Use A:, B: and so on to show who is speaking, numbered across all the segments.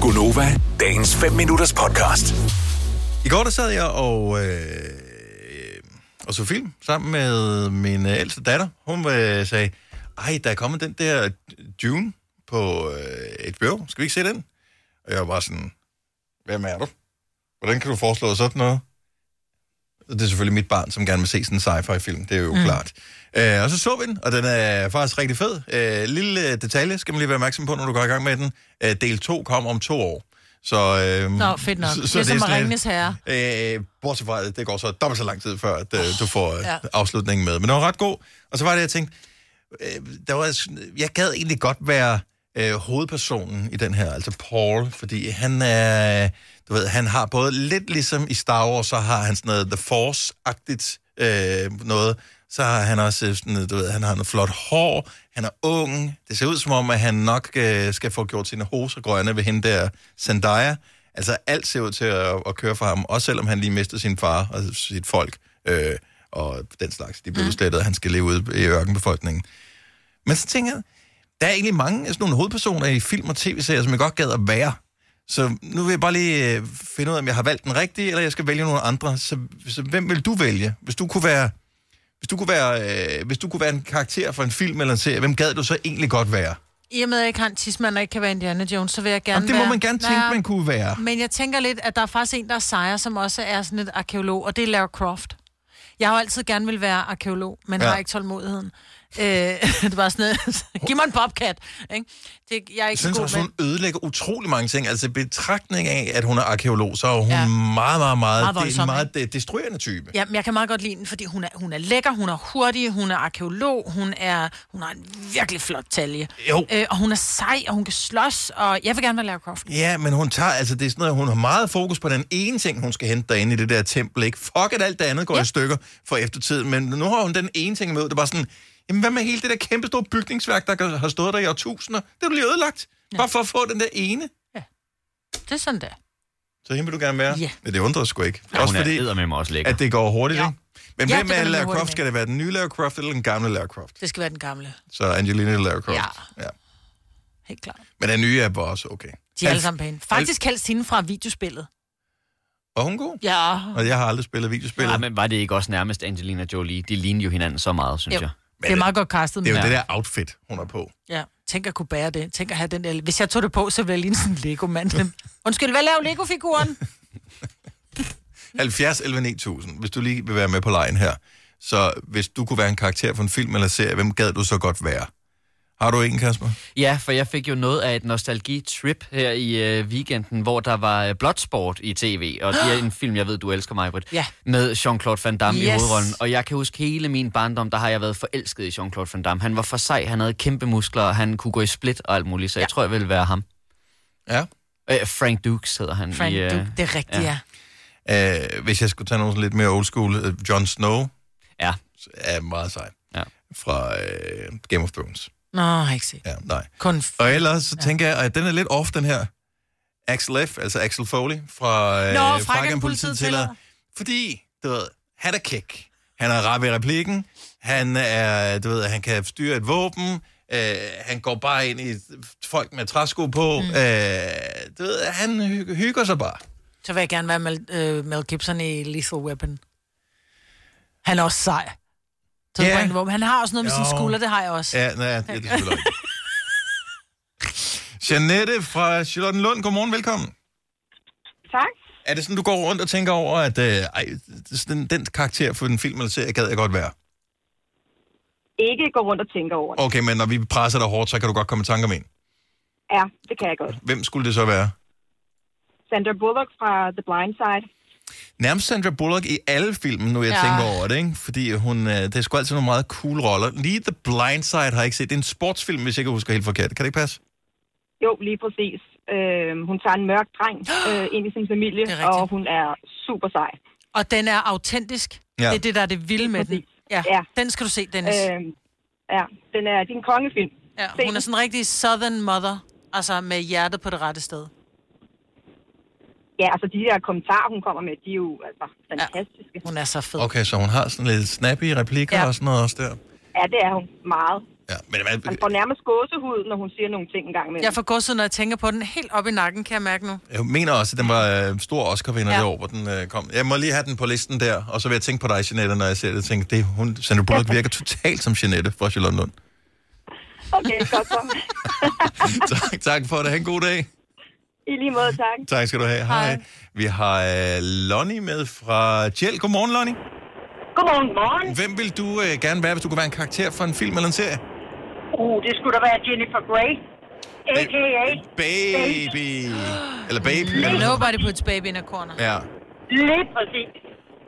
A: Gunova, dagens 5 minutters podcast.
B: I går der sad jeg og, øh, og så film sammen med min øh, ældste datter. Hun øh, sagde, ej, der er kommet den der Dune på øh, HBO. Skal vi ikke se den? Og jeg var bare sådan, hvem er du? Hvordan kan du foreslå sådan noget? Og Det er selvfølgelig mit barn, som gerne vil se sådan en sci-fi-film. Det er jo mm. klart. Øh, og så så vi den, og den er faktisk rigtig fed. Øh, lille øh, detalje skal man lige være opmærksom på, når du går i gang med den. Øh, del 2 kommer om to år. Så, øh,
C: Nå, fedt nok. Så, så det er som
B: sådan
C: at
B: lidt-
C: ringenes herre.
B: Øh, bortset fra, at det går så dobbelt så lang tid, før at, øh, du får øh,
C: ja.
B: afslutningen med. Men det var ret god. Og så var det, jeg tænkte, øh, der var, sådan- jeg gad egentlig godt være øh, hovedpersonen i den her, altså Paul, fordi han er, du ved, han har både lidt ligesom i Star Wars, så har han sådan noget The Force-agtigt øh, noget, så har han også øh, sådan, du ved, han har noget flot hår, han er ung, det ser ud som om, at han nok øh, skal få gjort sine hoser grønne ved hende der Zendaya. Altså alt ser ud til at, at køre for ham, også selvom han lige mistede sin far og sit folk øh, og den slags. De blev udslettet, og han skal leve ude i ørkenbefolkningen. Men så tænker jeg, der er egentlig mange af sådan nogle hovedpersoner i film og tv-serier, som jeg godt gad at være. Så nu vil jeg bare lige øh, finde ud af, om jeg har valgt den rigtige, eller jeg skal vælge nogle andre. Så, så hvem vil du vælge? Hvis du kunne være, hvis du kunne være, øh, hvis du kunne være en karakter for en film eller en serie, hvem gad du så egentlig godt være?
C: I og med, at jeg ikke har en tidsmand og ikke kan være Indiana Jones, så vil jeg gerne
B: Jamen, det må
C: være...
B: man gerne tænke,
C: Ja,
B: man kunne være.
C: Men jeg tænker lidt, at der er faktisk en, der er sejre, som også er sådan et arkeolog, og det er Lara Croft. Jeg har jo altid gerne vil være arkeolog, men
B: Ja.
C: ja. har ikke tålmodigheden. Øh, det var sådan noget, giv mig en bobcat. Ikke? Det, jeg er
B: Jeg
C: ikke
B: synes
C: så god
B: også,
C: med...
B: hun ødelægger utrolig mange ting. Altså i betragtning af, at hun er arkeolog, så er hun ja.
C: Ja.
B: meget, meget, meget,
C: Meget
B: det er en
C: voldsom,
B: meget de- destruerende type.
C: Jamen, jeg kan meget godt lide den, fordi hun er, hun er lækker, hun er hurtig, hun er arkeolog, hun, er, hun har en virkelig flot talje.
B: Jo.
C: Øh, og hun er sej, og hun kan slås, og jeg vil gerne være Lara Croft.
B: Ja, men hun tager, altså det er sådan noget, hun har meget fokus på den ene ting, hun skal hente derinde i det der tempel, ikke? Fuck at alt det andet går ja.
C: Ja.
B: i stykker for eftertiden, men nu har hun den ene ting med, det er bare sådan, jamen hvad med hele det der kæmpe store bygningsværk, der har stået der i årtusinder? Det er jo lige ødelagt, ja. bare for at få den der ene.
C: Det er sådan der.
B: Så hende vil du gerne være?
C: Ja.
B: Men det undrer sgu ikke.
D: Ja, også hun fordi... er med mig også lækker.
B: at det går hurtigt, ja.
C: Ja.
B: ikke? Men
C: Ja,
B: ja, hvem
C: det
B: er
C: går nemlig
B: Lara
C: hurtigt
B: Croft?
C: med.
B: Skal det være den nye Lara Croft eller den gamle Lara Croft?
C: Det skal være den gamle,
B: Så Angelina Lara Croft. Ja.
C: Ja.
B: ja.
C: helt klart.
B: Men den nye er bare også okay.
C: De er alle sammen pæne. Faktisk helst hende fra videospillet.
B: Var hun god?
C: Ja,
B: Og jeg har aldrig spillet videospil.
D: Ja, men var det ikke også nærmest Angelina Jolie? De ligner jo hinanden så meget, synes
C: Jo.
D: jeg.
C: det er meget godt castet.
B: Det er jo
C: men-
B: ja. det der outfit, hun er på.
C: Ja, tænk at kunne bære det. Tænk at have den der... Hvis jeg tog det på, så ville jeg ligne sådan en Lego-mand. Undskyld, hvad laver Lego-figuren?
B: 70 11 9000, hvis du lige vil være med på lejen her. Så hvis du kunne være en karakter for en film eller serie, hvem gad du så godt være? Har du en, Kasper?
D: Ja, for jeg fik jo noget af et nostalgi-trip her i øh, weekenden, hvor der var øh, Bloodsport i tv, og det er en film, jeg ved, du elsker mig, Britt,
C: Ja.
D: med Jean-Claude Van Damme yes. i
C: Yes.
D: hovedrollen. Og jeg kan huske hele min barndom, der har jeg været forelsket i Jean-Claude Van Damme. Han var for sej, han havde kæmpe muskler, og han kunne gå i split og alt muligt, så jeg tror, jeg ville være ham.
B: Ja.
D: Øh, Frank Dukes hedder han.
C: Frank
D: i, øh,
C: Duke, det er rigtigt,
D: ja.
C: ja.
B: Øh, hvis jeg skulle tage nogen sådan lidt mere old school, øh, Jon Snow
D: Ja,
B: er meget sej.
D: Ja.
B: Fra øh, Game of Thrones.
C: Nå, jeg har ikke set.
B: Ja, nej.
C: Kun f-
B: Og ellers så tænker jeg, at den er lidt off, den her. Axel F., altså Axel Foley fra øh,
C: Nå,
B: Frakken
C: Frakken Politiet tillader.
B: Fordi, du ved, han er kæk. Han er rap i replikken. Han, er, du ved, han kan styre et våben. Øh, han går bare ind i folk med træsko på. Mm. Øh, du ved, han hy- hygger sig bare.
C: så vil jeg gerne være Mel, øh, Mel Gibson i Lethal Weapon. Han er også sej. Så
B: Ja.
C: yeah. hvor, han har også noget med
B: Jo.
C: sin skulder, det har jeg også.
B: Ja, nej, det er det selvfølgelig ikke. Janette fra Charlottenlund, godmorgen, velkommen.
E: Tak.
B: Er det sådan, du går rundt og tænker over, at øh, ej, den, den karakter for en film eller serie gad jeg godt være?
E: Ikke gå rundt og tænke over det.
B: Okay, men når vi presser dig hårdt, så kan du godt komme i tanker om en.
E: Ja, det kan jeg godt.
B: Hvem skulle det så være?
E: Sandra Bullock fra The Blind Side.
B: Nærmest Sandra Bullock i alle filmen, nu jeg ja.
C: Ja.
B: tænker over det, ikke? Fordi hun, øh, det er sgu altid nogle meget cool roller. Lige The Blind Side har jeg ikke set. Det er en sportsfilm, hvis jeg ikke husker helt forkert. Kan det ikke passe?
E: Jo, lige præcis. Øh, hun tager en mørk dreng øh, ind i sin familie,
C: Det er rigtigt.
E: og hun er super sej.
C: Og den er autentisk.
B: Ja.
C: Ja. Det er det, der er det vilde med den.
E: præcis.
C: Ja.
E: Ja.
C: ja. Den skal du se, Dennis. Øh,
E: Øh, ja, den er din kongefilm.
C: ja. Hun er sådan en rigtig southern mother. Altså med hjertet på det rette sted.
E: Ja, altså de der kommentarer, hun kommer med, de er jo altså, fantastiske. Ja.
C: Hun er så fed.
B: Okay, så hun har sådan lidt snappy replikker ja.
C: Ja.
B: og sådan noget også der.
E: ja, det er hun meget.
B: Ja, men man,
E: Man får nærmest gåsehud, når hun siger nogle ting en gang imellem.
C: Jeg får godset, når jeg tænker på den helt op i nakken, kan jeg mærke nu.
B: jeg mener også, at den var øh, stor Oscar-vinder ja.
C: Ja.
B: det år, hvor den øh, kom. Jeg må lige have den på listen der, og så vil jeg tænke på dig, Jeanette, når jeg ser det. Jeg tænker, det, hun, Sandra Bullock virker totalt som Jeanette fra Charlotte Lund.
E: Okay, godt så.
B: tak, tak for det. Ha' en god dag.
E: I lige måde, tak.
B: Tak skal du have. Hej. Hej.
C: Hej.
B: Vi har øh, Lonnie med fra Tjel. Godmorgen, Lonnie.
F: Godmorgen, morgen.
B: Hvem vil du øh, gerne være, hvis du kunne være en karakter for en film eller en serie?
F: Uh, det skulle da være Jennifer Grey. A.K.A.
B: Baby. Eller baby. eller-
C: Nobody puts baby in a corner.
B: Ja.
F: Lige præcis.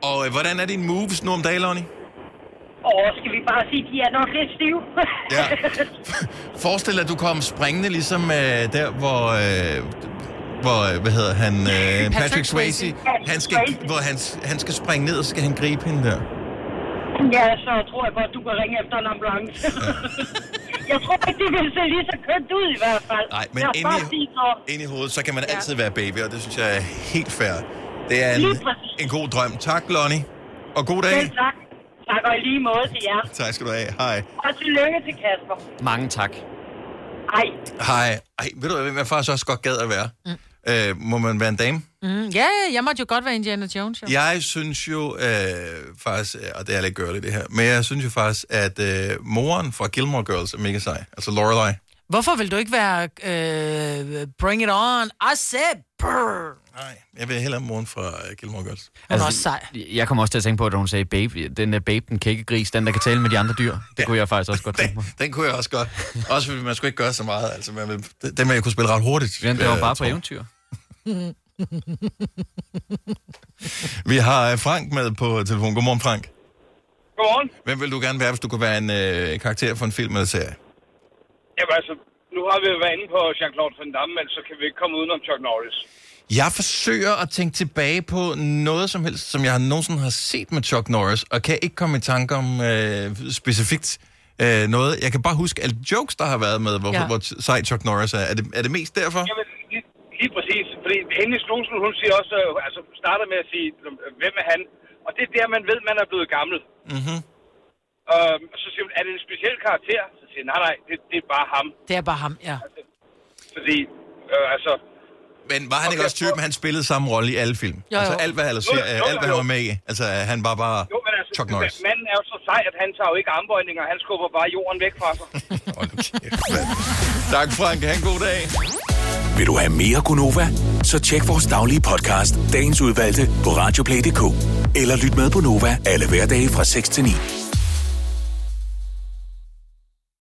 B: Og øh, hvordan er dine moves nu om dagen, Lonnie?
F: Og skal vi bare sige, de er nok lidt stive.
B: Ja. Forestil dig, at du kom springende, ligesom øh, der, hvor... Øh, hvor, øh, hvad hedder han, øh, Patrick, Patrick Swayze,
C: Swayze.
B: han skal,
F: Swayze.
B: hvor han, han skal springe ned, og så skal han gribe hende der.
F: ja, så tror jeg godt, du kan ringe efter en ambulance. jeg tror ikke, det vil se lige så kønt ud i hvert fald.
B: Nej, men
F: Lad os
B: inde
F: bare
B: i,
F: sige så.
B: inde i hovedet, så kan man ja. altid være baby, og det synes jeg er helt fair. Det er en,
F: Lige præcis.
B: en god drøm. Tak, Lonnie, og god dag.
F: Selv tak. Tak og i lige måde til jer.
B: Tak skal du have. Hej.
F: Og tillykke til Kasper.
D: Mange tak.
F: Ej,
B: Hej. Ej, ved du, hvem jeg faktisk også godt gad at være? Mm. Øh, må man være en dame?
C: Mm, ja, ja, jeg måtte jo godt være Indiana Jones, jo.
B: Jeg synes jo øh, faktisk, og det er lidt gørligt det her, men jeg synes jo faktisk, at øh, moren fra Gilmore Girls er mega sej. Altså Lorelei.
C: Hvorfor vil du ikke være øh, Bring It On? I said brr.
B: Nej, jeg vil hellere have moren fra øh, Gilmore Girls.
C: Hun er også sej.
D: Jeg kom også til at tænke på, da hun sagde babe. Den der babe, den kække gris, den der kan tale med de andre dyr. Det kunne jeg faktisk også godt tænke
B: Den,
D: mig.
B: den kunne jeg også godt. Også fordi man skulle ikke gøre så meget. Altså, man, vil- den ville jeg kunne spille ret hurtigt.
D: Den der var
B: øh,
D: bare på
B: tror jeg.
D: eventyr.
B: Vi har øh, Frank med på telefon. Godmorgen, Frank.
G: Godmorgen.
B: Hvem vil du gerne være, hvis du kunne være en øh, karakter for en film eller serie?
G: Jamen altså, nu har vi jo været inde på Jean-Claude Van Damme, men så kan vi ikke komme udenom Chuck Norris.
B: Jeg forsøger at tænke tilbage på noget som helst, som jeg nogensinde har set med Chuck Norris, og kan ikke komme i tanke om øh, specifikt øh, noget. Jeg kan bare huske alle jokes, der har været med, hvor, ja.
C: Ja.
B: hvor t- sej Chuck Norris er. Er det, er det mest derfor?
G: Jamen, lige, lige præcis, fordi Henning Knudsen, hun siger også, øh, altså starter med at sige, øh, hvem er han? Og det er der, man ved, man er blevet gammel. Mm-hmm.
B: Mhm.
G: Øhm, og så siger hun, er det en speciel karakter? Så siger jeg, nej, nej, det, det er bare ham.
C: Det er bare ham, ja.
G: Fordi, øh, altså,
B: Men var han
G: Okay,
B: ikke også typen,
G: prøv-
B: han spillede samme rolle i alle film?
C: Jo, jo.
B: Altså alt, hvad han,
G: Jo, jo,
B: ser,
G: jo,
B: alt, hvad han
G: jo.
B: var med i. Altså han var bare
G: jo, men altså,
B: Chuck Norris.
G: manden er jo så sej, at han tager jo ikke armbøjninger, han skubber bare jorden væk fra sig.
B: Hold nu kæft, mand. tak Frank, ha' en god dag.
A: Vil du have mere Gunova? Så tjek vores daglige podcast, dagens udvalgte, på radioplay.dk. Eller lyt med på Nova alle hverdage fra 6 til 9.